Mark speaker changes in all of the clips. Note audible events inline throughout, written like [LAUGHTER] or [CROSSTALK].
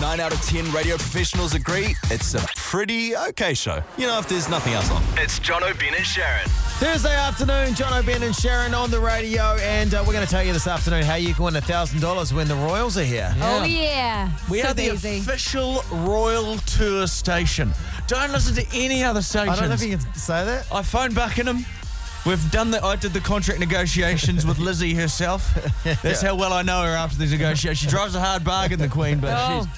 Speaker 1: Nine out of ten radio professionals agree it's a pretty okay show. You know, if there's nothing else on.
Speaker 2: It's John O'Brien and Sharon.
Speaker 3: Thursday afternoon, John O'Ben and Sharon on the radio, and uh, we're going to tell you this afternoon how you can win $1,000 when the Royals are here.
Speaker 4: Oh yeah.
Speaker 5: We
Speaker 4: so
Speaker 5: are the
Speaker 4: easy.
Speaker 5: official Royal Tour station. Don't listen to any other stations.
Speaker 3: I don't know if you can say that.
Speaker 5: I phoned Buckingham. We've done the. I did the contract negotiations with Lizzie [LAUGHS] herself. That's how well I know her after these negotiations. She drives a hard bargain, the Queen, but
Speaker 4: Oh.
Speaker 5: she's,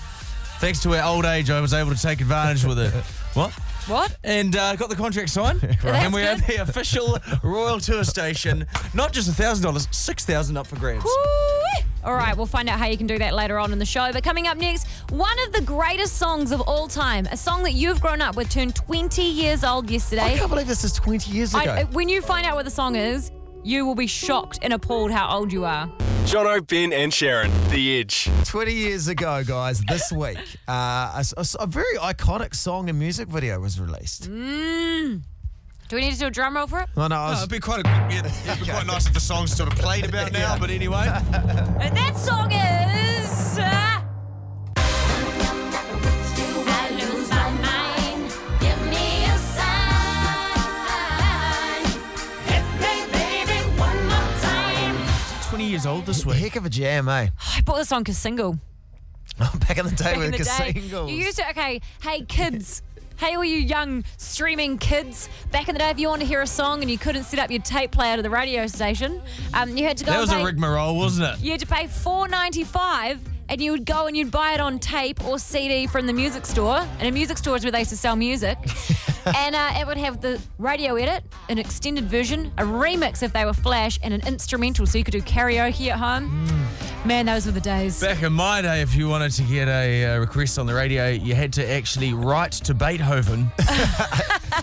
Speaker 5: thanks to her old age, I was able to take advantage with [LAUGHS] her. What?
Speaker 4: What? Oh,
Speaker 5: And uh, got the contract [LAUGHS] signed, and we are
Speaker 4: good.
Speaker 5: the official Royal Tour Station. Not just thousand dollars, six thousand up for grabs.
Speaker 4: Woo-wee. All right, we'll find out how you can do that later on in the show. But coming up next, one of the greatest songs of all time, a song that you've grown up with, turned 20 years old
Speaker 3: I
Speaker 4: yesterday.
Speaker 3: can't believe this is 20 years ago.
Speaker 4: I- when you find out what the song is, you will be shocked and appalled how old you are.
Speaker 2: John O'Brien and Sharon, The Edge.
Speaker 3: 20 years ago, guys, this week, uh, a, a- a very iconic song and music video was released.
Speaker 4: Mm. Do we need to do a drum roll for it?
Speaker 3: No, no, I
Speaker 5: Oh,
Speaker 3: was,
Speaker 5: it'd be quite a, it'd, it'd be quite nice if the song's sort of played about now. But anyway,
Speaker 4: And that song is. uh,
Speaker 6: I lose my mind. Give me a sign. Hit me, baby, one more time.
Speaker 5: 20 years old this week.
Speaker 3: heck of a jam, eh? [LAUGHS]
Speaker 4: I bought this song as single.
Speaker 3: Back in the day
Speaker 4: Back in
Speaker 3: with
Speaker 4: the
Speaker 3: the
Speaker 4: day,
Speaker 3: singles.
Speaker 4: you used to. Okay, hey kids. Hey, all you young streaming kids! Back in the day, if you wanted to hear a song and you couldn't set up your tape player to the radio station, um, you had to go.
Speaker 5: That
Speaker 4: and
Speaker 5: was a
Speaker 4: pay-
Speaker 5: rigmarole, wasn't it?
Speaker 4: You had to pay four ninety five, and you would go and you'd buy it on tape or CD from the music store. And a music store is where they used to sell music. and uh, it would have the radio edit, an extended version, a remix if they were flash, and an instrumental, so you could do karaoke at home. Man, those were the days.
Speaker 5: Back in my day, if you wanted to get a uh, request on the radio, you had to actually write to Beethoven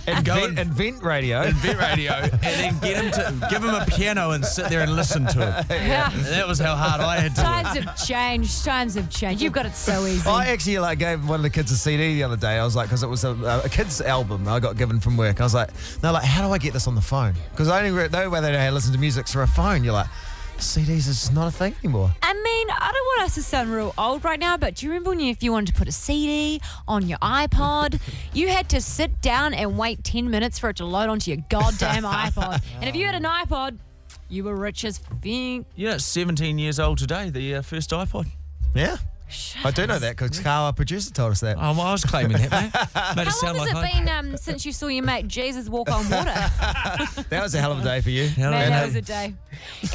Speaker 5: and go
Speaker 3: Invent,
Speaker 5: and
Speaker 3: invent radio.
Speaker 5: invent radio, and then get him to give him a piano and sit there and listen to it.
Speaker 4: Yeah.
Speaker 5: And that was how hard I had to.
Speaker 4: [LAUGHS]
Speaker 5: work.
Speaker 4: Times have changed. Times have changed. You've got it so easy.
Speaker 3: I actually like gave one of the kids a CD the other day. I was like, because it was a, a kids album I got given from work. I was like, they're like, how do I get this on the phone? Because the only re- the only way they know how to listen to music's through a phone. You're like, CDs is not a thing anymore.
Speaker 4: I mean, I don't want us to sound real old right now, but do you remember when you, if you wanted to put a CD on your iPod, you had to sit down and wait 10 minutes for it to load onto your
Speaker 5: [LAUGHS]
Speaker 4: goddamn iPod? And if you had an iPod, you were rich as fink.
Speaker 5: You know, it's 17 years old today, the uh, first iPod.
Speaker 3: Yeah, I do know that because Carl, our producer, told us that.
Speaker 5: Oh, well, I was claiming that, mate. Made it
Speaker 4: How long
Speaker 5: sound
Speaker 4: has
Speaker 5: like I-
Speaker 4: it been
Speaker 5: [LAUGHS]
Speaker 4: um, since you saw your mate Jesus walk on water?
Speaker 3: That was a hell of a day for
Speaker 5: [LAUGHS]
Speaker 3: you.
Speaker 5: Hell of
Speaker 4: Man,
Speaker 5: a
Speaker 4: that
Speaker 5: day.
Speaker 4: was a day.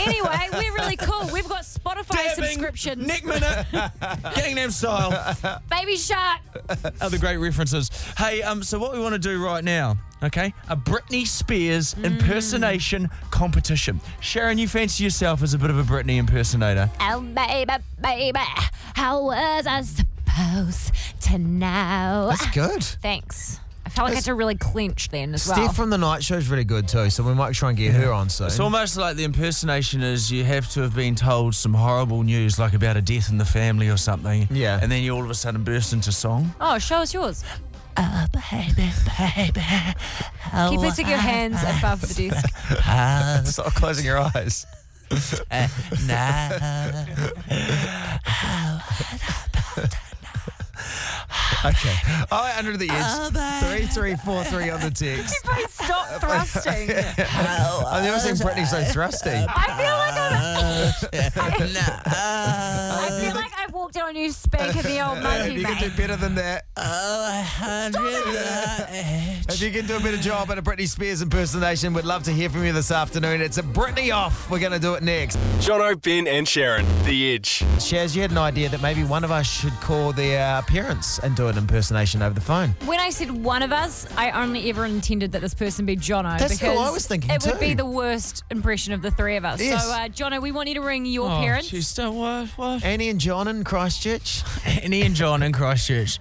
Speaker 4: Anyway, we're really cool. We've got Spotify
Speaker 5: Dabbing,
Speaker 4: subscriptions.
Speaker 5: Nick Minute, [LAUGHS] Gangnam Style.
Speaker 4: Baby Shark.
Speaker 5: other great references. Hey, um, so what we want to do right now, okay? A Britney Spears impersonation competition. Sharon, you fancy yourself as a bit of a Britney impersonator.
Speaker 4: Oh, baby, baby, how was I supposed to know?
Speaker 3: That's good.
Speaker 4: Thanks. I felt like I had to really clench then as well.
Speaker 3: Steph from the night show is really good too, so we might try and get her on soon. [LAUGHS]
Speaker 5: It's almost like the impersonation is you have to have been told some horrible news, like about a death in the family or something.
Speaker 3: Yeah.
Speaker 5: And then you all of a sudden burst into song.
Speaker 4: oh, show us yours.
Speaker 5: Oh, baby, baby.
Speaker 3: Oh,
Speaker 4: Keep lifting your hands above the desk.
Speaker 3: Stop closing your
Speaker 5: [LAUGHS]
Speaker 3: eyes. Okay. Oh, under the edge. Three three four three on the text. [LAUGHS]
Speaker 4: Please stop thrusting.
Speaker 3: I've never seen Britney so thrusty.
Speaker 4: I feel like I'm. I feel like I've walked in on you spanking the
Speaker 3: [LAUGHS]
Speaker 4: old
Speaker 3: If
Speaker 4: monkey,
Speaker 3: you can
Speaker 4: mate.
Speaker 3: do better than that, if you can do a better job at a Britney Spears impersonation, we'd love to hear from you this afternoon. It's a Britney off. We're going to do it next.
Speaker 2: John O'Brien and Sharon, The Edge.
Speaker 3: Shaz, you had an idea that maybe one of us should call their parents and do an impersonation over the phone.
Speaker 4: When I said one of us, I only ever intended that this person be Jono.
Speaker 3: That's who I
Speaker 4: because
Speaker 3: was thinking
Speaker 4: It would
Speaker 3: too.
Speaker 4: be the worst impression of the three of us.
Speaker 3: Yes.
Speaker 4: So, uh, Jono, we want you to ring your
Speaker 5: Oh,
Speaker 4: parents.
Speaker 5: Jeez, don't- what, what? [LAUGHS]
Speaker 3: Annie and John in Christchurch.
Speaker 5: Annie and John in Christchurch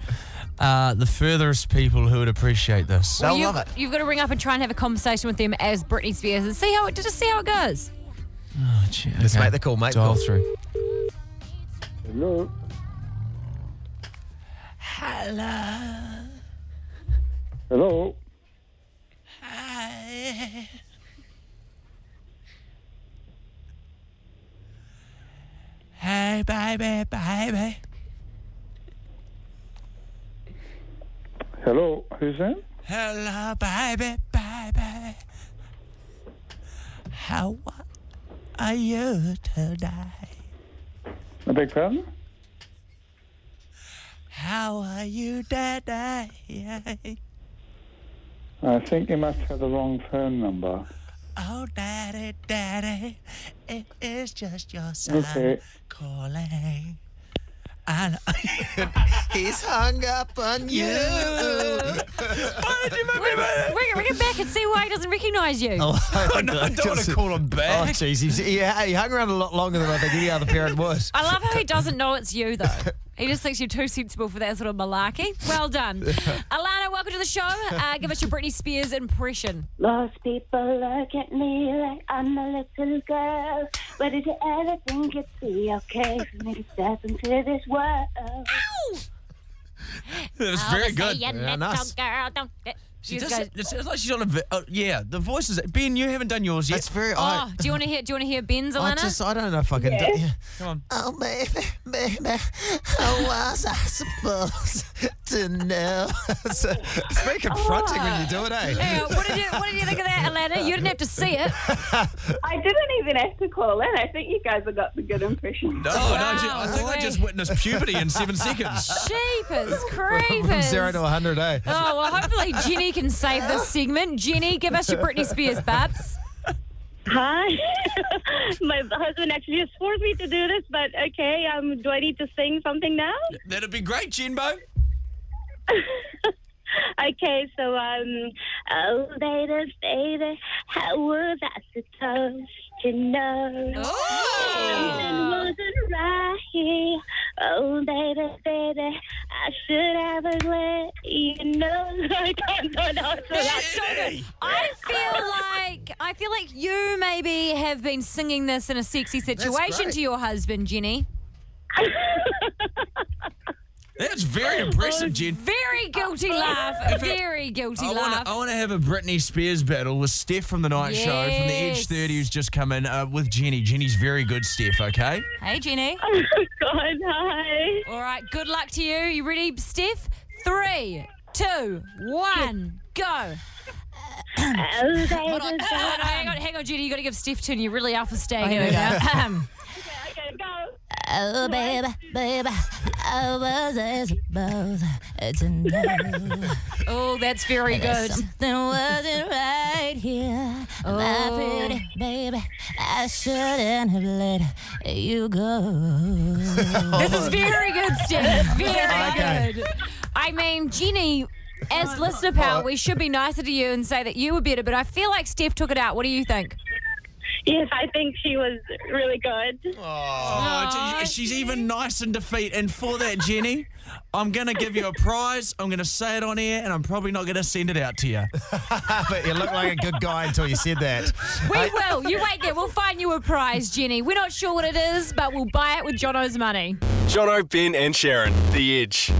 Speaker 5: are the furthest people who would appreciate this.
Speaker 3: They'll
Speaker 4: you've,
Speaker 3: love it.
Speaker 4: You've got to ring up and try and have a conversation with them as Britney Spears and see how it just see how
Speaker 3: [LAUGHS]
Speaker 4: it goes.
Speaker 5: Let's
Speaker 3: make the call, make the
Speaker 5: Dial
Speaker 3: call.
Speaker 5: through.
Speaker 7: Hello. Hello.
Speaker 5: Hey, baby, baby.
Speaker 7: Hello, who's that?
Speaker 5: Hello, baby, baby. How are you today?
Speaker 7: I beg pardon?
Speaker 5: How are you today?
Speaker 7: I think you must have the wrong phone number.
Speaker 5: Oh, daddy, daddy, it is just your son
Speaker 7: Okay.
Speaker 5: calling. I know.
Speaker 3: He's hung up on you.
Speaker 5: Why did you make me mad?
Speaker 4: Ring, ring him back and see why he doesn't recognise you.
Speaker 3: Oh, I
Speaker 5: no, I don't wanna call him back.
Speaker 3: Oh, jeez. he's- He, he hung around a lot longer than I think any other parent
Speaker 4: [LAUGHS]
Speaker 3: was.
Speaker 4: I love how he doesn't know it's you, though. He just thinks you're too sensible for that sort of malarkey. Well
Speaker 5: [LAUGHS]
Speaker 4: done. Alana, welcome to the show. Uh, give us your Britney Spears impression.
Speaker 8: Most people look at me like I'm a little girl. But did you ever think it'd be okay for me to step into this world?
Speaker 5: That was very good.
Speaker 4: Yeah,
Speaker 3: Yeah, nice.
Speaker 4: girl, don't.
Speaker 5: She does, it sounds like she's on a. Vi- oh, yeah, the voice is. Ben, you haven't done yours yet.
Speaker 3: It's very.
Speaker 4: Oh,
Speaker 3: I,
Speaker 4: do you want to hear? Do you want to hear
Speaker 5: [LAUGHS]
Speaker 4: Ben's
Speaker 3: I
Speaker 4: Alana? [LAUGHS]
Speaker 3: just. I don't know if I can. Do, yeah.
Speaker 5: Come on.
Speaker 3: Oh, baby, baby, how was Oh, I supposed to know? it's, uh, it's very confronting when you do it, eh?
Speaker 4: Hey, uh, what did you What did you think of that, Alana? You didn't have to see it.
Speaker 9: I didn't even have to call in. I think you guys have got the good impression.
Speaker 5: [LAUGHS] No,
Speaker 4: Wow,
Speaker 5: no, ju- I think I
Speaker 4: boy.
Speaker 5: just witnessed puberty in seven
Speaker 4: [LAUGHS]
Speaker 5: seconds. [LAUGHS]
Speaker 4: Jeepers,
Speaker 3: From
Speaker 4: creepers.
Speaker 3: zero to 100, eh?
Speaker 4: Oh well, hopefully Jenny can save this segment. Jenny, give us your Britney Spears, Babs.
Speaker 8: Hi. [LAUGHS] My husband actually just forced me to do this, but okay, um, do I need to sing something now?
Speaker 5: That'd be great, Jinbo.
Speaker 8: Okay, so, um, oh, baby, baby, how was I supposed to know? Something
Speaker 4: Oh.
Speaker 8: wasn't right. Oh, baby, baby, I should have let you know. I can't go down to that.
Speaker 4: So good. I feel like I feel like you maybe have been singing this in a sexy situation
Speaker 3: great.
Speaker 4: to your husband, Jenny.
Speaker 5: That's
Speaker 4: Oh,
Speaker 5: very impressive, Jen.
Speaker 4: Very guilty laugh. Very guilty
Speaker 5: I
Speaker 4: laugh.
Speaker 5: want to I wanna have a Britney Spears battle with Steph from the Night Show from the Edge
Speaker 4: Yes.
Speaker 5: 30 who's just come in uh, with Jenny. Jenny's very good, Steph, okay?
Speaker 4: Hey, Jenny.
Speaker 8: Oh, God, hi.
Speaker 4: All right. Good luck to you. You ready, Steph? Three, two, one, go.
Speaker 8: Oh, baby,
Speaker 4: Hold on,
Speaker 8: baby.
Speaker 4: hold on, hang on, hang on, Judy. You got to give Steph two. You really are for staying. Here Um, we go.
Speaker 8: Okay, go.
Speaker 10: Oh, baby, baby, I was as supposed to know
Speaker 4: oh, that's very good.
Speaker 10: something wasn't right here. My
Speaker 4: Oh.
Speaker 10: pretty baby, I shouldn't have let you go.
Speaker 4: This is very good, Steph. Very
Speaker 3: Oh, Okay.
Speaker 4: good. I mean, Jenny. As listener pal, we should be nicer to you and say that you were better, but I feel like Steph took it out. What do you think?
Speaker 8: Yes, I think she was really good.
Speaker 5: Oh,
Speaker 4: Aw,
Speaker 5: Jen- she's even nice in defeat. And for that, Jenny, I'm going to give you a prize. I'm going to say it on air, and I'm probably not going to send it out to you.
Speaker 3: Ah, but you look like a good guy until you said that.
Speaker 4: We will. You wait there. We'll find you a prize, Jenny. We're not sure what it is, but we'll buy it with Jono's money.
Speaker 1: Jono, Ben, and Sharon, The Edge.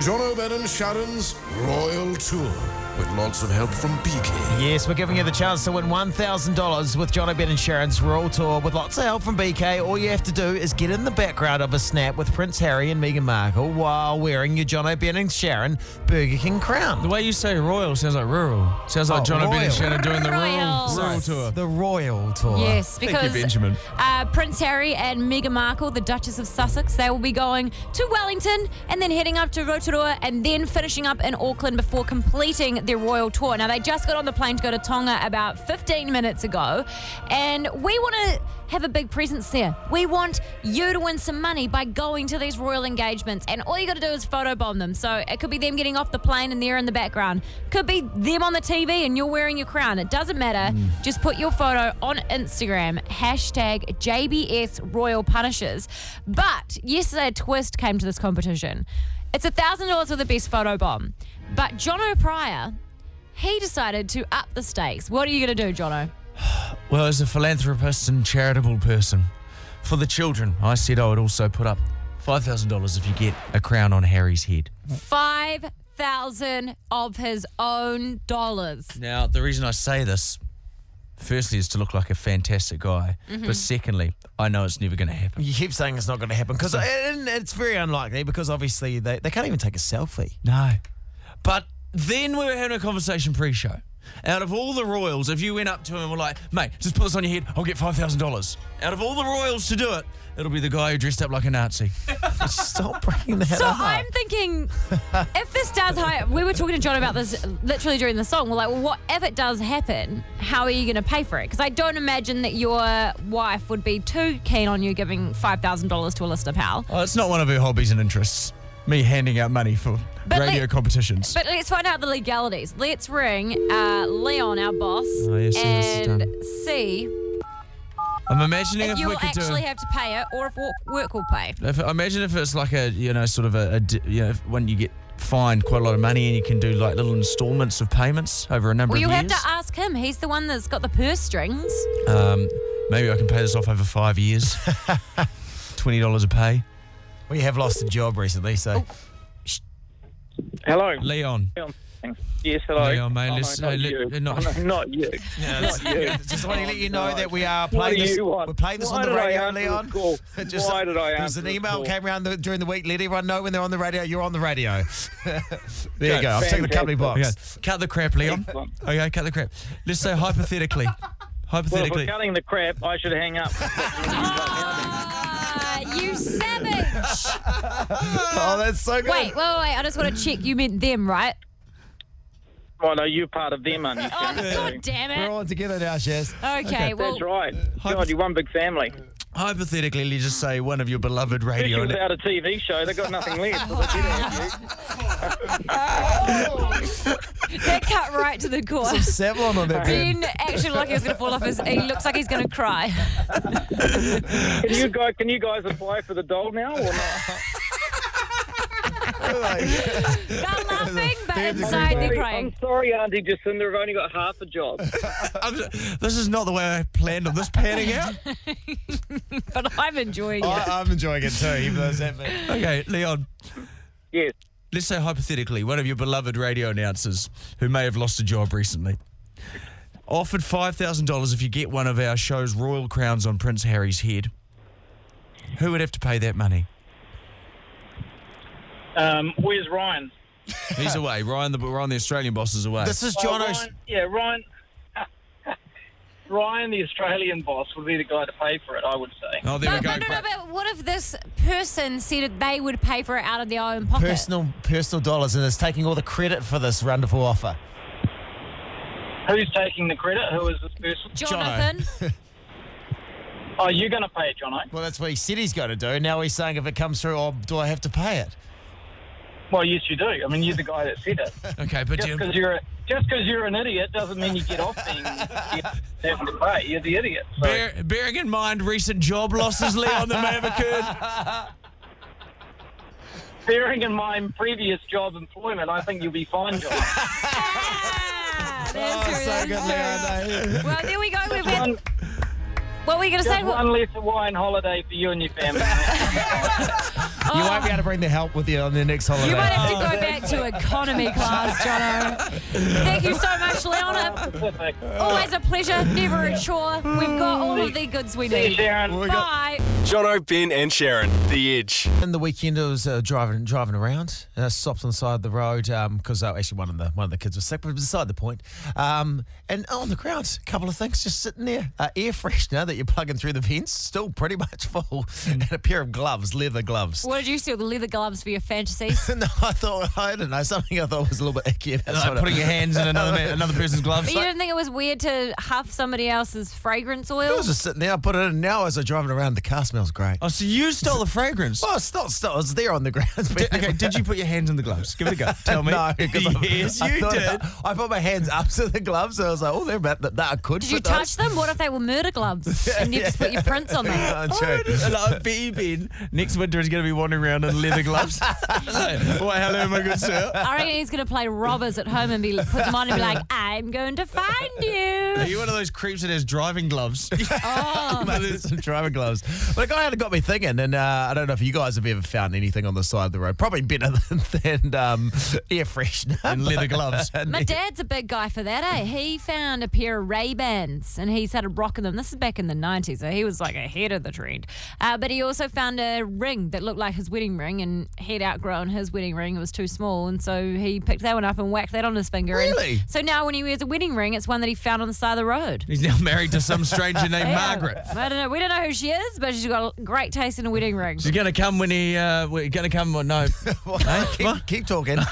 Speaker 11: John O'Ban and Sharon's Royal Tour with lots of help from BK.
Speaker 3: Yes, we're giving you the chance to win $1,000 with John O'Brien and Sharon's Royal Tour with lots of help from BK. All you have to do is get in the background of a snap with Prince Harry and Meghan Markle while wearing your John O'Brien and Sharon Burger King crown.
Speaker 5: The way you say royal sounds like rural. Sounds like
Speaker 3: Oh,
Speaker 5: John O'Brien and
Speaker 3: royal.
Speaker 5: Shannon doing the rural,
Speaker 4: Royal.
Speaker 5: rural tour.
Speaker 3: The Royal Tour.
Speaker 4: Yes,
Speaker 5: Thank
Speaker 4: because
Speaker 5: you, Benjamin.
Speaker 4: Uh, Prince Harry and Meghan Markle, the Duchess of Sussex, they will be going to Wellington and then heading up to Rotorua and then finishing up in Auckland before completing their royal tour. Now, they just got on the plane to go to Tonga about 15 minutes ago, and we want to have a big presence there. We want you to win some money by going to these royal engagements, and all you got to do is photobomb them. So it could be them getting off the plane and they're in the background, could be them on the TV and you're wearing your crown. It doesn't matter. Just put your photo on Instagram, hashtag JBS Royal Punishers. But yesterday, a twist came to this competition. It's $1,000 for the best photo bomb. But Jono Pryor, he decided to up the stakes. What are you going to do, Jono?
Speaker 5: Well, as a philanthropist and charitable person, for the children, I said I would also put up $5,000 if you get a crown on Harry's head.
Speaker 4: 5,000 of his own dollars.
Speaker 5: Now, the reason I say this, firstly, is to look like a fantastic guy, but secondly, I know it's never going to happen.
Speaker 3: You keep saying it's not going to happen because it's very unlikely because obviously they, they can't even take a selfie.
Speaker 5: No. But then we were having a conversation pre-show. Out of all the royals, if you went up to him and were like, mate, just put this on your head, I'll get $5,000. Out of all the royals to do it, it'll be the guy who dressed up like a Nazi.
Speaker 10: [LAUGHS]
Speaker 5: Stop bringing that
Speaker 4: So
Speaker 5: up.
Speaker 4: I'm thinking, [LAUGHS] if this does, hi- we were talking to John about this literally during the song. We're like, well, what if it does happen? How are you going to pay for it? Because I don't imagine that your wife would be too keen on you giving five thousand dollars to a listener pal.
Speaker 5: [LAUGHS] Oh, it's not one of her hobbies and interests. Me handing out money for
Speaker 4: But
Speaker 5: radio
Speaker 4: like-
Speaker 5: competitions.
Speaker 4: But let's find out the legalities. Let's ring uh, Leon, our boss,
Speaker 5: Oh, yes, yes, it's
Speaker 4: and
Speaker 5: done.
Speaker 4: see
Speaker 5: I'm imagining if,
Speaker 4: if you
Speaker 5: we
Speaker 4: will
Speaker 5: could do.
Speaker 4: actually have to pay it, or if wo- work will pay.
Speaker 5: If, imagine if it's like a you know sort of a, a di- you know if- when you get fined quite a lot of money and you can do like little installments of payments over a number
Speaker 4: Well, you'll
Speaker 5: of
Speaker 4: have
Speaker 5: years.
Speaker 4: to ask him. He's the one that's got the purse strings.
Speaker 5: um, maybe I can pay this off over five years. [LAUGHS] Twenty dollars a pay.
Speaker 3: We have lost a job recently, so.
Speaker 10: Oh. Hello.
Speaker 5: Leon.
Speaker 10: Yes, hello.
Speaker 5: Leon, mate,
Speaker 10: Oh, no,
Speaker 5: listen-
Speaker 10: not
Speaker 5: hey, li-
Speaker 10: you.
Speaker 5: uh, not-
Speaker 10: Oh,
Speaker 5: [LAUGHS]
Speaker 10: no, [LAUGHS] not you.
Speaker 5: Yeah,
Speaker 10: not you.
Speaker 3: Just want to let you know
Speaker 10: Oh,
Speaker 3: that we
Speaker 10: God.
Speaker 3: are
Speaker 10: What
Speaker 3: playing
Speaker 10: do
Speaker 3: this.
Speaker 10: you want?
Speaker 3: We're playing this
Speaker 10: Why
Speaker 3: on the
Speaker 10: did I
Speaker 3: radio,
Speaker 10: answer the
Speaker 3: Leon. [LAUGHS]
Speaker 10: call? Why
Speaker 3: There was
Speaker 10: did I answer
Speaker 3: an
Speaker 10: the
Speaker 3: email
Speaker 10: call?
Speaker 3: came around the, during the week. Let everyone know when they're on the radio. You're on the radio. [LAUGHS] there you
Speaker 5: Okay,
Speaker 3: go. I've taken the company box.
Speaker 5: Okay, Cut the crap, Leon. Okay, cut the crap. Let's say
Speaker 10: [LAUGHS]
Speaker 5: hypothetically.
Speaker 10: Well, if we're
Speaker 5: Hypothetically.
Speaker 10: cutting the crap, I should hang up.
Speaker 4: Uh, you savage!
Speaker 3: [LAUGHS] oh, that's so
Speaker 4: Wait, wait, wait. I just want to check. You meant them, right?
Speaker 10: well, no, you're part of them, aren't you? Sharon?
Speaker 4: Oh, God damn it.
Speaker 3: We're all together now, Shaz.
Speaker 4: Okay, well,
Speaker 10: That's right. God, you're one big family.
Speaker 5: Hypothetically, let's just say one of your beloved radio.
Speaker 10: Especially without a TV show, they've got nothing left.
Speaker 4: [LAUGHS] that cut right to the core.
Speaker 3: Savlon on that [LAUGHS]
Speaker 4: [LAUGHS] Ben actually looked like he was going to fall off his. He looks like he's going to cry.
Speaker 10: can you guys can you guys apply for the doll now or not?
Speaker 4: Not laughing, but
Speaker 10: I'm
Speaker 4: inside they're
Speaker 10: sorry,
Speaker 4: crying.
Speaker 10: I'm sorry, Auntie Jacinda, I've only got half a job.
Speaker 5: I'm s- this is not the way I planned on this panning out.
Speaker 4: [LAUGHS] But I'm enjoying it.
Speaker 3: I, I'm enjoying it too, even though it's that bit.
Speaker 5: Okay, Leon.
Speaker 10: Yes.
Speaker 5: Let's say hypothetically, one of your beloved radio announcers who may have lost a job recently offered five thousand dollars if you get one of our show's royal crowns on Prince Harry's head. Who would have to pay that money?
Speaker 10: Um, where's Ryan?
Speaker 5: He's [LAUGHS] away. Ryan, the Ryan, the Australian boss is away.
Speaker 3: This is
Speaker 10: Well,
Speaker 3: John O'S-
Speaker 10: Oh, Ryan- Yeah, Ryan. [LAUGHS] Ryan, the Australian boss, would be the guy to pay for it. I would say.
Speaker 5: Oh, there
Speaker 4: No,
Speaker 5: we go.
Speaker 4: but no, no, but what if this person said that they would pay for it out of their own pocket?
Speaker 3: Personal, personal dollars, and is taking all the credit for this wonderful offer.
Speaker 10: Who's taking the credit? Who is this person?
Speaker 4: Jonathan.
Speaker 10: Oh, you're going to pay it, Jono.
Speaker 3: Well, that's what he said he's going to do. Now he's saying if it comes through, oh, do I have to pay it?
Speaker 10: Well, yes, you do. I mean, you're the guy that
Speaker 3: [LAUGHS]
Speaker 10: said it.
Speaker 5: Okay, but
Speaker 10: Just
Speaker 5: you,
Speaker 10: because you're a, just because you're an idiot doesn't mean you get off being having to pay. You're the idiot. So,
Speaker 5: bear, bearing in mind recent job losses, Leon, that may have occurred.
Speaker 10: bearing in mind previous job employment, I think you'll be fine,
Speaker 5: [LAUGHS]
Speaker 10: John.
Speaker 4: Ah,
Speaker 3: [LAUGHS] Oh,
Speaker 4: that's true, that's true.
Speaker 3: Leon.
Speaker 4: Well, there we go. We've had,
Speaker 10: One,
Speaker 4: what were you going to say?
Speaker 10: just
Speaker 4: What-
Speaker 10: one less Hawaiian holiday for you and
Speaker 5: [LAUGHS]
Speaker 10: your family.
Speaker 3: You won't be able to bring the help with you on the next holiday.
Speaker 4: You might have to go back to economy class, Jono. Thank you so much, Leona.
Speaker 10: Pacific.
Speaker 4: Always a pleasure, never a chore. We've got all of the goods we
Speaker 10: See you,
Speaker 4: need.
Speaker 10: Sharon.
Speaker 4: Bye.
Speaker 2: Jono, Ben, and Sharon, The Edge.
Speaker 3: In the weekend, I was uh, driving driving around, and I stopped on the side of the road because uh, actually one of the one of the kids was sick, but beside the point. Um, and on the ground, a couple of things just sitting there: uh, air freshener that you're plugging through the vents, still pretty much full,
Speaker 4: Hmm.
Speaker 3: and a pair of gloves, leather gloves.
Speaker 4: What did you steal? The leather gloves for
Speaker 3: [LAUGHS]
Speaker 4: your fantasies?
Speaker 3: no, I thought I don't know something. I thought was a little bit icky. That's
Speaker 5: Like
Speaker 3: what I-
Speaker 5: putting your hands in another man, another person's gloves.
Speaker 4: But you didn't think it was weird to huff somebody else's fragrance oil?
Speaker 3: I was just sitting there. I put it in now as I'm driving around. The car smells great. Oh,
Speaker 5: Oh, so you stole the fragrance.
Speaker 3: Well, it's not. Still, it's there on the ground.
Speaker 5: Did- okay, did you put your hands in the gloves? Give it a go. Tell me.
Speaker 3: [LAUGHS] No, 'cause I-
Speaker 5: [LAUGHS] yes,
Speaker 3: I
Speaker 5: you
Speaker 3: thought-
Speaker 5: did.
Speaker 3: I put my hands up to the gloves. So I was like, oh, they're about that. that I could.
Speaker 4: Did you
Speaker 3: put those.
Speaker 4: touch them? What if they were murder gloves and you just put your prints on them?
Speaker 3: Oh, true. [LAUGHS]
Speaker 5: And I bet you, Ben, [LAUGHS] next winter is going to be wandering around in leather [LAUGHS] gloves. like, why, hello, my good sir.
Speaker 4: I reckon he's going to play robbers at home and be put them on and be like, I'm going to find
Speaker 5: Are
Speaker 4: you.
Speaker 5: you one of those creeps that has driving gloves? [LAUGHS]
Speaker 4: Oh.
Speaker 3: Must have some driver gloves. But But it kind of got me thinking, and uh, I don't know if you guys have ever found anything on the side of the road. Probably better [LAUGHS] than, than um, air freshener and [LAUGHS]
Speaker 5: leather gloves.
Speaker 4: [LAUGHS] My dad's a big guy for that, eh? He found a pair of Ray Bans and he started rocking them. This is back in the 90s, so he was like ahead of the trend. Uh, but he also found a ring that looked like his wedding ring and he'd outgrown his wedding ring. It was too small. And so he picked that one up and whacked that on his finger. And
Speaker 5: Really?
Speaker 4: so now when he wears a wedding ring, it's one that he found on the side of the road.
Speaker 5: He's now married to some stranger named
Speaker 4: Yeah.
Speaker 5: Margaret.
Speaker 4: I don't know. We don't know who she is, but she's got great taste in a wedding ring.
Speaker 5: She's gonna come when he. Uh, we're gonna come. When, no. Eh?
Speaker 3: keep, keep talking. [LAUGHS]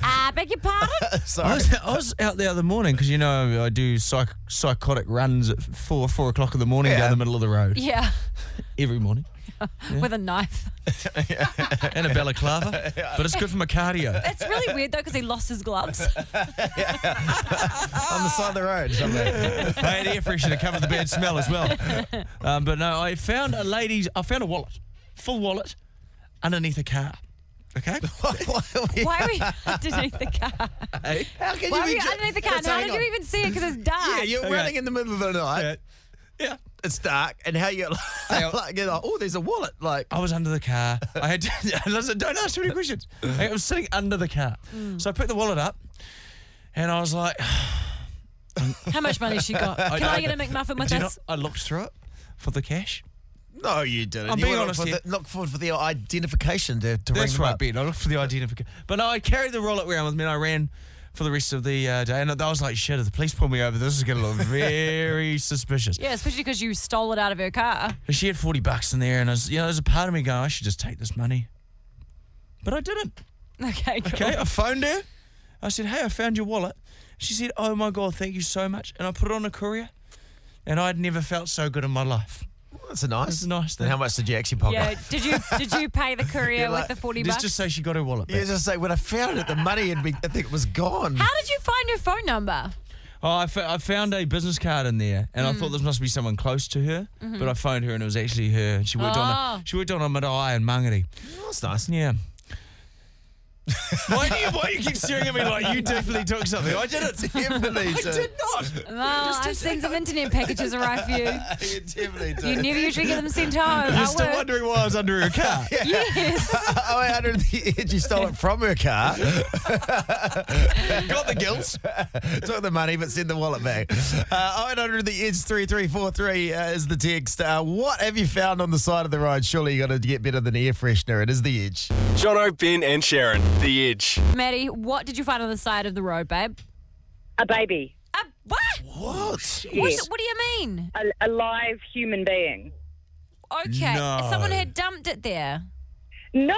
Speaker 4: Ah, beg your
Speaker 5: [LAUGHS]
Speaker 4: pardon?
Speaker 5: I was, I was out the other morning because you know I do psych- psychotic runs at four four o'clock in the morning down the middle of the road
Speaker 4: yeah.
Speaker 5: every morning
Speaker 4: With a knife.
Speaker 5: and a balaclava, but it's good for my cardio.
Speaker 4: [LAUGHS] It's really weird though because he lost his
Speaker 5: [LAUGHS]
Speaker 4: gloves.
Speaker 3: on the side of the road somewhere.
Speaker 5: I had air freshener to cover the bad smell as well. Um, but no, I found a lady's. I found a wallet, full wallet, underneath a car. Okay.
Speaker 3: [LAUGHS]
Speaker 4: Why are we [LAUGHS] underneath the car?
Speaker 3: How can
Speaker 4: Why
Speaker 3: you
Speaker 4: are we
Speaker 3: be ju-
Speaker 4: underneath the
Speaker 5: Oh,
Speaker 4: car?
Speaker 3: Let's
Speaker 4: And how
Speaker 3: hang
Speaker 4: did
Speaker 3: on.
Speaker 4: you even see it?
Speaker 5: [LAUGHS]
Speaker 4: Because it's dark.
Speaker 3: Yeah, you're running in the middle of the night. Yeah. It's dark, and how you're [LAUGHS] like, you're like, oh, there's a wallet. Like,
Speaker 5: I was under the car. I had. [LAUGHS] To, listen, don't ask too many questions. I was sitting under the car, so I put the wallet up, and I was like,
Speaker 4: How much money she
Speaker 5: [LAUGHS]
Speaker 4: got? Can I, get a McMuffin with
Speaker 5: [SIGHS] Do Oh, you know-
Speaker 4: us?
Speaker 5: I looked through it for the cash.
Speaker 3: no, you didn't.
Speaker 5: I'm
Speaker 3: You
Speaker 5: being
Speaker 3: were
Speaker 5: honest
Speaker 3: looking
Speaker 5: here.
Speaker 3: for the, look for, for the identification to, to ring
Speaker 5: That's
Speaker 3: them
Speaker 5: right,
Speaker 3: up.
Speaker 5: Ben. I looked for the identification. But no, I carried the wallet around with me and I ran for the rest of the uh, day. And I was like, shit, if the police pull me over, this is going to look very suspicious.
Speaker 4: Yeah, especially because you stole it out of her car. [LAUGHS]
Speaker 5: And She had 40 bucks in there, and I was, you know, there's a part of me going, I should just take this money. But I didn't.
Speaker 4: Okay, cool.
Speaker 5: Okay, I phoned her. I said, hey, I found your wallet. She said, oh my God, thank you so much. And I put it on a courier, and I'd never felt so good in my life.
Speaker 3: That's a nice.
Speaker 5: That's nice.
Speaker 3: Then how much did you actually pocket?
Speaker 4: Yeah, did you did you pay
Speaker 5: [LAUGHS]
Speaker 4: the courier
Speaker 3: You're like,
Speaker 4: with the forty
Speaker 5: Let's
Speaker 4: bucks?
Speaker 5: just say she got her wallet back.
Speaker 3: [LAUGHS] You just say when I found it, the money had been, I think it was gone.
Speaker 4: How did you find your phone number?
Speaker 5: Oh, I, fo- I found a business card in there, and I
Speaker 4: Mm.
Speaker 5: thought this must be someone close to her. But I phoned her, and it was actually her. And she worked on
Speaker 4: Mm-hmm. Oh.
Speaker 5: a, she worked on a Marae in Mangere.
Speaker 3: That's nice. [LAUGHS]
Speaker 5: Yeah. why do you why do you keep staring at me like you definitely took something? I did it.
Speaker 3: Definitely
Speaker 5: I
Speaker 3: did.
Speaker 5: did not.
Speaker 4: Well, Ah, I've seen
Speaker 5: [LAUGHS]
Speaker 4: some internet packages arrive for you.
Speaker 3: You definitely did.
Speaker 4: You never usually get them sent home.
Speaker 5: You're
Speaker 4: I
Speaker 5: still
Speaker 4: work.
Speaker 5: wondering why I was under her car.
Speaker 4: [LAUGHS]
Speaker 5: [LAUGHS]
Speaker 4: Yes.
Speaker 3: oh, I under the edge. You stole it from her car,
Speaker 5: Got the guilt.
Speaker 3: took the money, but sent the wallet back. Uh, 0800 the edge 3343 uh, is the text. Uh, what have you found on the side of the road? Surely you got to get better than air freshener. It is the edge.
Speaker 2: Jono, Ben, and Sharon, The Edge.
Speaker 4: Maddie, what did you find on the side of the road, babe?
Speaker 8: A baby.
Speaker 4: A what?
Speaker 3: What?
Speaker 4: What's- What do you mean?
Speaker 8: A, a live human being.
Speaker 4: Okay,
Speaker 8: No.
Speaker 4: someone had dumped it there.
Speaker 8: No,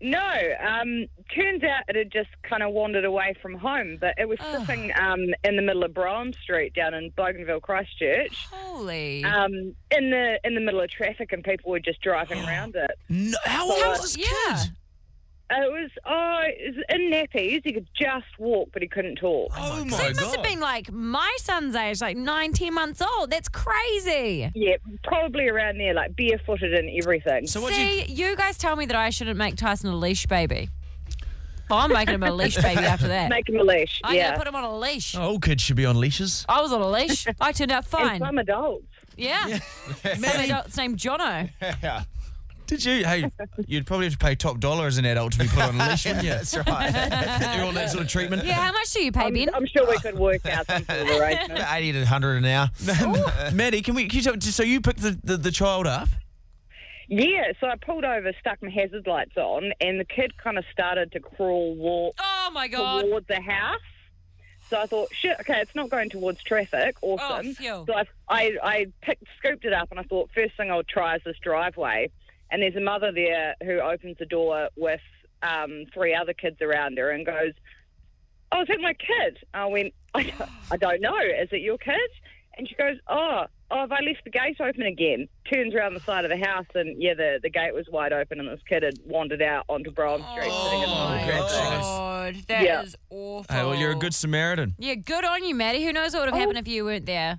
Speaker 8: no. Um, turns out it had just kind of wandered away from home, but it was
Speaker 5: Ah.
Speaker 8: sitting um, in the middle of Brougham Street down in Bougainville, Christchurch,
Speaker 4: Holy.
Speaker 8: um, in the in the middle of traffic, and people were
Speaker 5: [GASPS]
Speaker 8: just driving around it.
Speaker 5: No, how
Speaker 8: So,
Speaker 5: old
Speaker 8: uh,
Speaker 5: was this
Speaker 4: yeah.
Speaker 5: kid?
Speaker 8: It was oh, it was in nappies. He could just walk, but he
Speaker 5: [GASPS]
Speaker 8: couldn't talk.
Speaker 5: Oh
Speaker 4: So
Speaker 5: my
Speaker 4: it must have
Speaker 5: god.
Speaker 4: been like my son's age, like nine, ten months old. That's crazy.
Speaker 8: Yeah, probably around there, like barefooted and everything.
Speaker 5: So what
Speaker 4: See,
Speaker 5: you?
Speaker 4: you... guys tell me that I shouldn't make Tyson a leash baby. Well, I'm making him a
Speaker 5: [LAUGHS]
Speaker 4: leash baby after that.
Speaker 8: Make him a leash.
Speaker 4: I'm
Speaker 8: yeah,
Speaker 4: gonna put him on a leash.
Speaker 5: Oh, all kids should be on leashes.
Speaker 4: I was on a
Speaker 5: [LAUGHS]
Speaker 4: leash. I turned out
Speaker 8: and
Speaker 4: fine.
Speaker 8: some adults.
Speaker 4: [LAUGHS] Yeah. Some
Speaker 5: Maddie,
Speaker 4: adult's named Jono.
Speaker 5: did you? Hey, you'd probably have to pay top dollar as an adult to be put on a leash, wouldn't you?
Speaker 3: That's right.
Speaker 5: You want that sort of treatment?
Speaker 4: Yeah, how much do you pay,
Speaker 8: I'm,
Speaker 4: Ben?
Speaker 8: I'm sure we could work out
Speaker 5: [LAUGHS]
Speaker 8: some sort of arrangement.
Speaker 3: About 80 to 100 an [LAUGHS] hour.
Speaker 5: Maddie, can we? Can you tell, so you picked the, the, the child up.
Speaker 8: Yeah, so I pulled over, stuck my hazard lights on, and the kid kind of started to crawl, walk
Speaker 4: Oh my god.
Speaker 8: towards the house. So I thought, shit, okay, it's not going towards traffic. Awesome.
Speaker 4: Oh, phew.
Speaker 8: so I, I, I picked, scooped it up, and I thought, first thing I'll try is this driveway. And there's a mother there who opens the door with um, three other kids around her and goes, Oh, is that my kid? I went, I don't, I don't know. Is it your kid? And she goes, Oh, oh, have I left the gate open again? Turns around the side of the house, and yeah, the, the gate was wide open, and this kid had wandered out onto Brougham Street. sitting in the
Speaker 5: Oh,
Speaker 8: middle of
Speaker 5: okay.
Speaker 8: traffic.
Speaker 4: God, that is
Speaker 8: Yeah.
Speaker 4: awful.
Speaker 5: Hey, well, you're a good Samaritan. Oh,
Speaker 4: Yeah, good on you, Maddie. Who knows what
Speaker 8: Oh.
Speaker 4: would have happened if you weren't there?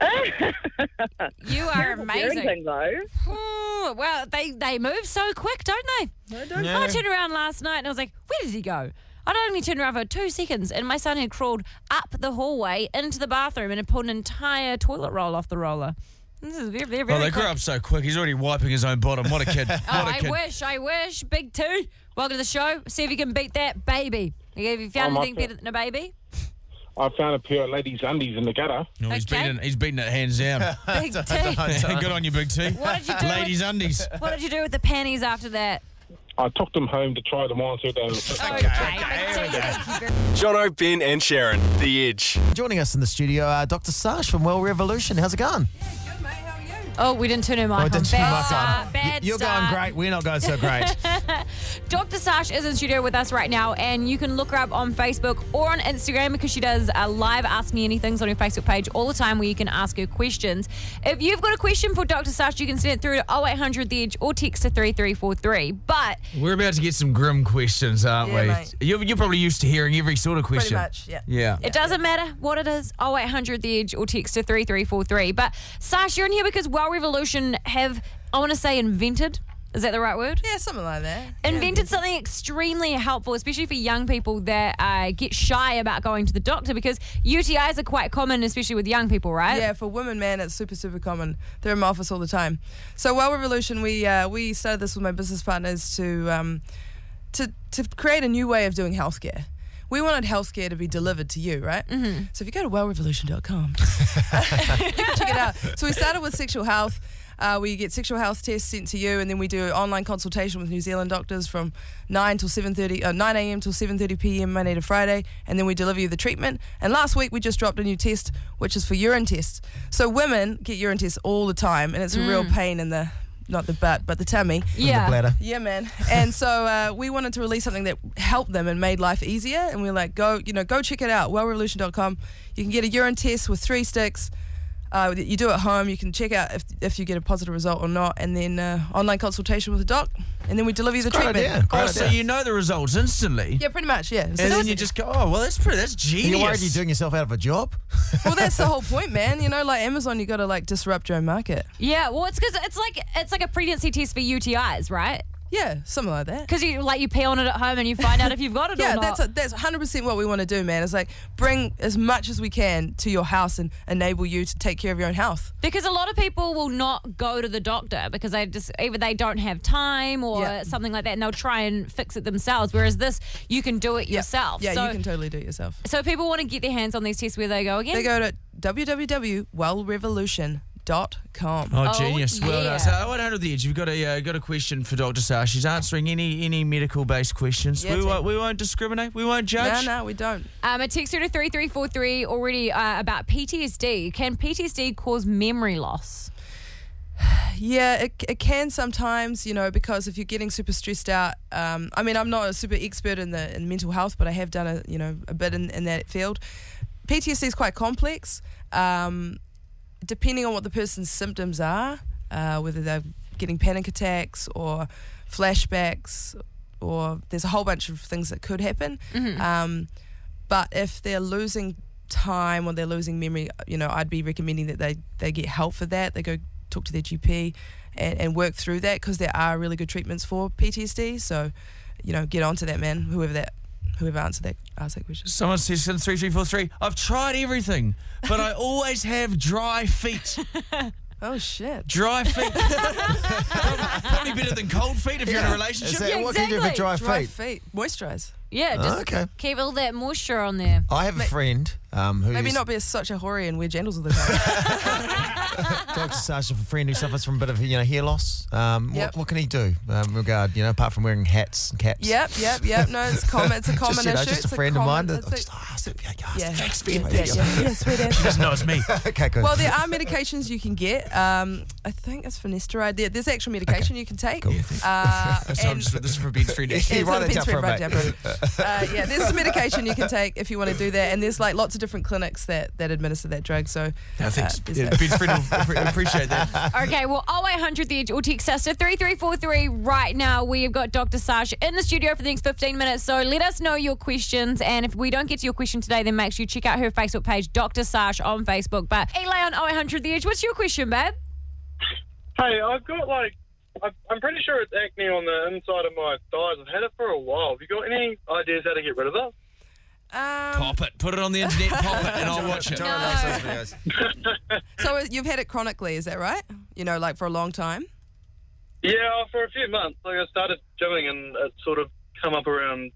Speaker 4: Oh.
Speaker 8: [LAUGHS]
Speaker 4: [LAUGHS] You are amazing.
Speaker 8: Parenting, though.
Speaker 4: Ooh, Mm, well, they, they move so quick, don't they? I don't I turned around last night and I was like, where did he go? I'd only turned around for two seconds and my son had crawled up the hallway into the bathroom and had pulled an entire toilet roll off the roller. This is very,
Speaker 3: Oh,
Speaker 4: very,
Speaker 5: Well,
Speaker 4: very
Speaker 5: they grew
Speaker 4: quick.
Speaker 5: up so quick. He's already wiping his own bottom. What a kid! What
Speaker 4: Oh,
Speaker 5: a
Speaker 4: I
Speaker 5: kid!
Speaker 4: wish, I wish. Big two. Welcome to the show. See if you can beat that baby. Have you found
Speaker 12: Oh, my
Speaker 4: anything
Speaker 12: God.
Speaker 4: better than
Speaker 3: [LAUGHS]
Speaker 4: a baby?
Speaker 12: [LAUGHS] I found a pair of ladies' undies in the gutter.
Speaker 5: No, Oh, he's
Speaker 4: Okay.
Speaker 5: beating, he's beating it hands down. [LAUGHS]
Speaker 4: Big T.
Speaker 5: Good on you, Big T.
Speaker 4: What did you do?
Speaker 5: Ladies' undies.
Speaker 4: What did you do with the panties after that?
Speaker 12: I took them home to try them on so they looked
Speaker 2: Jono, Ben, and Sharon, The Edge.
Speaker 3: Joining us in the studio, uh, Dr. Sash from Well Revolution. Howow's it going?
Speaker 4: Oh, we didn't turn her mic
Speaker 3: Oh,
Speaker 4: on.
Speaker 3: I didn't turn
Speaker 4: Bad
Speaker 3: my mic
Speaker 4: start,
Speaker 3: on.
Speaker 4: Bad
Speaker 3: You're
Speaker 4: start.
Speaker 3: going great. We're not going so
Speaker 4: [LAUGHS]
Speaker 3: great.
Speaker 4: Dr. Sash is in studio with us right now, and you can look her up on Facebook or on Instagram because she does uh, live Ask Me Anythings on her Facebook page all the time where you can ask her questions. If you've got a question for Dr. Sash, you can send it through to 0800 The Edge or text to 3343. But
Speaker 5: We're about to get some grim questions, aren't
Speaker 4: Yeah,
Speaker 5: we?
Speaker 4: mate.
Speaker 5: You're, you're probably used to hearing every sort of question.
Speaker 4: much, yeah.
Speaker 5: Yeah.
Speaker 4: It doesn't matter what it is. 0800 The Edge or text to 3343. But Sash, you're in here because Well Revolution have, I want to say, invented. Is that the right word?
Speaker 13: Yeah, something like that.
Speaker 4: Invented something extremely helpful, especially for young people that uh, get shy about going to the doctor because UTIs are quite common, especially with young people, right?
Speaker 13: Yeah, for women, man, it's super, super common. They're in my office all the time. So, Well Revolution, we uh, we started this with my business partners to um, to to create a new way of doing healthcare. We wanted healthcare to be delivered to you, right? Mm-hmm. So, if you go to wellrevolution.com, [LAUGHS] check it out. So, we started with sexual health. Uh, we get sexual health tests sent to you, and then we do an online consultation with New Zealand doctors from 9 till 7:30, uh, 9 a.m. till 7:30 p.m. Monday to Friday, and then we deliver you the treatment. And last week we just dropped a new test, which is for urine tests. So women get urine tests all the time, and it's a real
Speaker 4: Mm.
Speaker 13: pain in the not the butt, but the tummy.
Speaker 4: the Yeah. bladder.
Speaker 13: Yeah, man. And so uh, we wanted to release something that helped them and made life easier. And we are like, go, you know, go check it out, wellrevolution.com. You can get a urine test with three sticks. Uh, that you do at home. You can check out if, if you get a positive result or not, and then uh, online consultation with a doc, and then we deliver you the treatment.
Speaker 5: Oh, so you know the results instantly.
Speaker 13: Yeah, pretty much. Yeah.
Speaker 5: And
Speaker 13: So
Speaker 5: then
Speaker 13: that's-
Speaker 5: you just go, oh, well, that's pretty, that's genius.
Speaker 3: You're worried you're doing yourself out of a job?
Speaker 13: well, that's the whole point, man. You know, like Amazon, you got to like disrupt your own market.
Speaker 4: Yeah, well, it's because it's like it's like a pregnancy test for UTIs, right?
Speaker 13: Yeah, something like that.
Speaker 4: Because you like you pee on it at home and you find out if you've got it
Speaker 13: yeah,
Speaker 4: or not.
Speaker 13: that's that's 100 percent what we want to do, man. It's like bring as much as we can to your house and enable you to take care of your own health.
Speaker 4: Because a lot of people will not go to the doctor because they just either they don't have time or
Speaker 13: Yeah.
Speaker 4: something like that, and they'll try and fix it themselves. Whereas this, you can do it yourself.
Speaker 13: Yeah,
Speaker 4: so,
Speaker 13: you can totally do it yourself.
Speaker 4: So if people want to get their hands on these tests. Where they go again?
Speaker 13: They go to www.wellrevolution.com.
Speaker 5: Oh, genius! Well
Speaker 13: yeah.
Speaker 5: done. So, I want out of the edge. You've got a uh, got a question for Dr. Sash. She's answering any any medical based questions.
Speaker 4: Yeah,
Speaker 5: we
Speaker 4: it's
Speaker 5: won't we won't discriminate. We won't
Speaker 4: No,
Speaker 5: judge.
Speaker 4: no,
Speaker 13: we don't.
Speaker 4: Um, a text to three three four three already uh, about PTSD. Can PTSD cause memory loss?
Speaker 13: Yeah, it, it can sometimes, you know, because if you're getting super stressed out, um, I mean, I'm not a super expert in the in mental health, but I have done a you know a bit in, in that field. PTSD is quite complex. Um, depending on what the person's symptoms are, uh, whether they're getting panic attacks or flashbacks, or there's a whole bunch of things that could happen.
Speaker 14: Mhm.
Speaker 13: Um, but if they're losing time or they're losing memory, you know, I'd be recommending that they, they get help for that. They go talk to their GP and, and work through that because there are really good treatments for PTSD. So, you know, get onto that, man. Whoever that, whoever answered that, asked that question.
Speaker 5: Someone says in three three four three. I've tried everything, but I always have dry feet.
Speaker 13: Oh shit!
Speaker 5: Dry feet. probably, probably better than cold feet if you're in a
Speaker 13: Yeah.
Speaker 5: relationship.
Speaker 13: Is that- Yeah,
Speaker 3: what can you do for
Speaker 13: exactly.
Speaker 3: dry,
Speaker 13: Dry
Speaker 3: feet?
Speaker 13: feet. Moisturize.
Speaker 4: Yeah,
Speaker 3: Oh,
Speaker 4: just
Speaker 3: okay.
Speaker 4: keep all that moisture on there.
Speaker 3: I have a friend um, who
Speaker 13: Maybe
Speaker 3: used-
Speaker 13: not be such a hoary and wear jandals all the time. [LAUGHS]
Speaker 3: [LAUGHS] Dr. Sash, a friend who suffers from a bit of you know hair loss. Um,
Speaker 13: Yep.
Speaker 3: what, what can he do um, regard you know apart from wearing hats and caps?
Speaker 13: Yep, yep, yep. No, it's common. It's a common
Speaker 3: just, you know,
Speaker 13: issue.
Speaker 3: Just
Speaker 13: It's
Speaker 3: a friend of
Speaker 13: common-
Speaker 3: mine. That, "Ah,
Speaker 13: it's a- yeah, yeah, yeah, yeah, yeah,
Speaker 3: yes,
Speaker 13: sweet ass.
Speaker 5: She doesn't know it's me.
Speaker 3: okay, good. [LAUGHS]
Speaker 13: Well, there are medications you can get. Um, I think it's finasteride. There, there's actual medication you can take. Uh,
Speaker 5: [LAUGHS] so I'm just this is for being friend.
Speaker 13: Yeah, [LAUGHS] it's for Ben's friend, right, yeah,
Speaker 3: [LAUGHS]
Speaker 13: uh, yeah, there's some medication you can take if you want to do that, and there's like lots of different clinics that, that administer that drug. So uh,
Speaker 5: No, thanks.
Speaker 13: there's
Speaker 5: Yeah,
Speaker 13: that.
Speaker 5: Ben's friend will appre- appreciate that.
Speaker 4: Okay, well, 0800 The Edge or text us to 3343 right now. We have got Dr. Sash in the studio for the next 15 minutes. So let us know your questions. And if we don't get to your question today, then make sure you check out her Facebook page, Dr. Sash on Facebook. But Eli on 0800 The Edge, what's your question, babe?
Speaker 15: Hey, I've got like, I've- I'm pretty sure it's acne on the inside of my thighs. I've had it for a while. Have you got any ideas how to get rid of it?
Speaker 13: Um,
Speaker 5: Pop it. Put it on the internet, pop it, and I'll
Speaker 3: Jonah-
Speaker 5: watch it.
Speaker 3: Jonah loves those videos.
Speaker 13: so you've had it chronically, is that right? You know, like for a long time.
Speaker 10: Yeah, for a few months. Like I started gymming and it sort of come up around.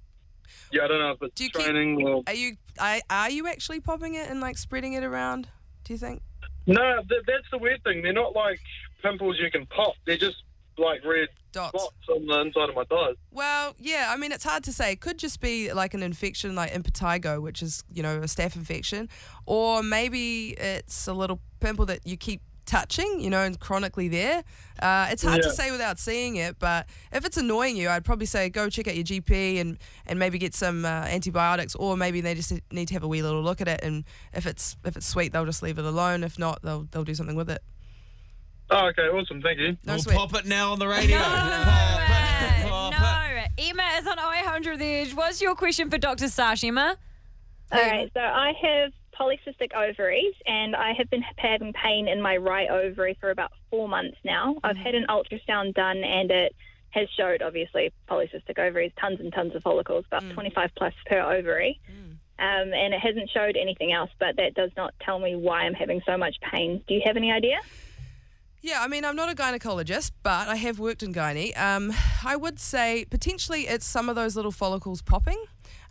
Speaker 10: Yeah, I don't know if it's training or.
Speaker 13: Are you? I, are you actually popping it and like spreading it around? Do you think?
Speaker 10: No, th- that's the weird thing. They're not like pimples you can pop. They're just like red
Speaker 13: Dots.
Speaker 10: spots on the inside of my thighs.
Speaker 13: Well, yeah, I mean, it's hard to say. It could just be like an infection, like impetigo, which is, you know, a staph infection. Or maybe it's a little pimple that you keep touching, you know, and chronically there. Uh, it's hard to
Speaker 16: Yeah.
Speaker 13: say without seeing it, but if it's annoying you, I'd probably say go check out your GP and, and maybe get some uh, antibiotics, or maybe they just need to have a wee little look at it. And if it's if it's sweet, they'll just leave it alone. If not, they'll, they'll do something with it.
Speaker 10: Oh, okay, awesome. Thank you.
Speaker 5: we'll pop it now on the [LAUGHS] radio.
Speaker 4: No, Emma is on 0800 The Edge. What's your question for Dr. Sash, Emma?
Speaker 8: All right, Um, so I have polycystic ovaries, and I have been having pain in my right ovary for about four months now. I've had an ultrasound done, and it has showed obviously polycystic ovaries, tons and tons of follicles, about 25 plus per ovary. Um, and it hasn't showed anything else, but that does not tell me why I'm having so much pain. Do you have any idea?
Speaker 13: Yeah, I mean, I'm not a gynecologist, but I have worked in gynae. Um, I would say potentially it's some of those little follicles popping.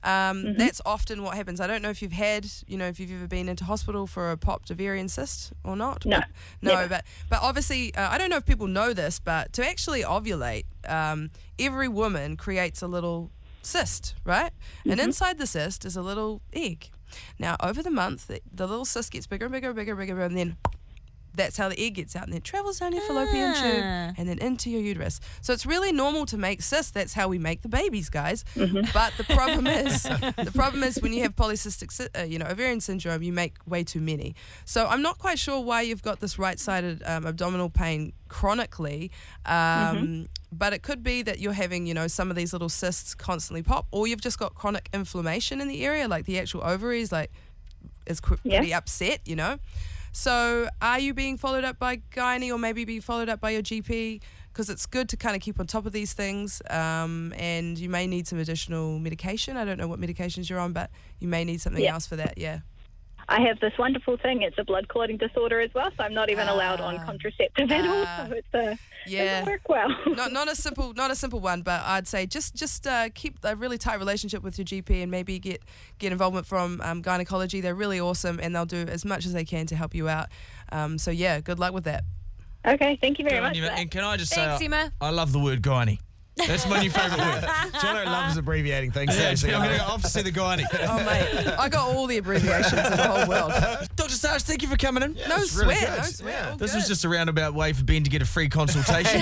Speaker 13: Um,
Speaker 8: Mm-hmm.
Speaker 13: That's often what happens. I don't know if you've had, you know, if you've ever been into hospital for a popped ovarian cyst or not.
Speaker 8: No,
Speaker 13: But- no,
Speaker 8: never.
Speaker 13: but but obviously, uh, I don't know if people know this, but to actually ovulate, um, every woman creates a little cyst, right?
Speaker 8: Mm-hmm.
Speaker 13: And inside the cyst is a little egg. Now, over the month, the, the little cyst gets bigger and bigger and bigger and bigger, and then that's how the egg gets out and then it travels down your fallopian
Speaker 4: Ah.
Speaker 13: tube and then into your uterus. So it's really normal to make cysts. That's how we make the babies, guys. But the problem is, the problem is when you have polycystic, sy- uh, you know, ovarian syndrome, you make way too many. So I'm not quite sure why you've got this right-sided um, abdominal pain chronically. Um, But it could be that you're having, you know, some of these little cysts constantly pop, or you've just got chronic inflammation in the area, like the actual ovaries, like is qu-
Speaker 8: Yeah.
Speaker 13: pretty upset, you know. So, are you being followed up by gynae or maybe being followed up by your GP? Because it's good to kind of keep on top of these things, um, and you may need some additional medication. I don't know what medications you're on, but you may need something
Speaker 8: Yeah.
Speaker 13: else for that. Yeah.
Speaker 8: I have this wonderful thing. It's a blood clotting disorder as well, so I'm not even allowed on contraceptive at all. So it's a,
Speaker 13: Yeah.
Speaker 8: doesn't work well.
Speaker 13: not not a simple not a simple one, but I'd say just just uh, keep a really tight relationship with your GP and maybe get get involvement from um, gynecology. They're really awesome, and they'll do as much as they can to help you out. Um, so yeah, good luck with that.
Speaker 8: [LAUGHS] Okay, thank you
Speaker 5: Good on you, mate. and can I just
Speaker 13: Thanks,
Speaker 5: say, uh,
Speaker 13: Emma.
Speaker 5: I love the word gynae. That's my new favourite
Speaker 3: [LAUGHS]
Speaker 5: word.
Speaker 3: Jono loves abbreviating things.
Speaker 5: Yeah,
Speaker 3: seriously.
Speaker 5: I'm going to go off to see the gynae.
Speaker 3: [LAUGHS]
Speaker 13: Oh mate, I got all the abbreviations in the whole world.
Speaker 5: Dr. Sarge, thank you for coming in.
Speaker 13: no
Speaker 3: it's
Speaker 13: sweat,
Speaker 3: really
Speaker 13: no
Speaker 3: good.
Speaker 13: sweat. all
Speaker 5: This
Speaker 13: good.
Speaker 5: was just a roundabout way for Ben to get a free consultation.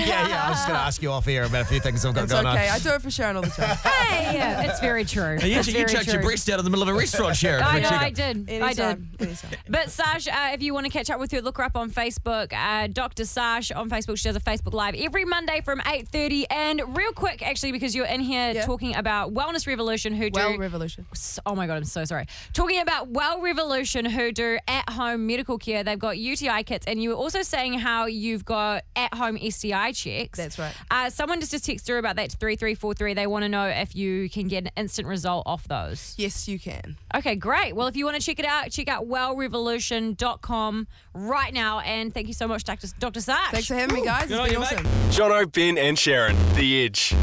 Speaker 3: [LAUGHS] yeah, yeah. I was just going to ask you off air about a few things I've got
Speaker 13: It's
Speaker 3: going
Speaker 13: okay. [LAUGHS]
Speaker 3: on.
Speaker 13: I do it for Sharon all the time.
Speaker 4: Hey, yeah, [LAUGHS] it's very true.
Speaker 5: You,
Speaker 4: It's
Speaker 5: you
Speaker 4: very
Speaker 5: chucked your
Speaker 4: true.
Speaker 5: breast out of the middle of a restaurant, Sharon. for
Speaker 4: I
Speaker 5: a
Speaker 4: know,
Speaker 5: checkup.
Speaker 4: I did. I did.
Speaker 13: Anytime, anytime.
Speaker 4: But Sash, uh, if you want to catch up with her, look her up on Facebook. Uh, Dr. Sash on Facebook. She does a Facebook Live every Monday from 8.30. And real quick, actually, because you're in here talking about Wellness Revolution, who do...
Speaker 13: Well, revolution.
Speaker 4: S- Oh my God, I'm so sorry. Talking about Well Revolution, who do at home medical care. They've got UTI kits, and you were also saying how you've got at home STI checks.
Speaker 13: That's right.
Speaker 4: Uh, someone just just texted her about that to 3343. They want to know if you can get an instant result off those.
Speaker 13: Yes, you can.
Speaker 4: Okay, great. Well, if you want to check it out, check out wellrevolution.com right now. And thank you so much, Dr. Dr. Sark.
Speaker 13: Thanks for having me, guys. It's
Speaker 1: Good on
Speaker 13: been
Speaker 1: you, mate.
Speaker 13: awesome.
Speaker 1: Jono, Ben, and Sharon, The Edge.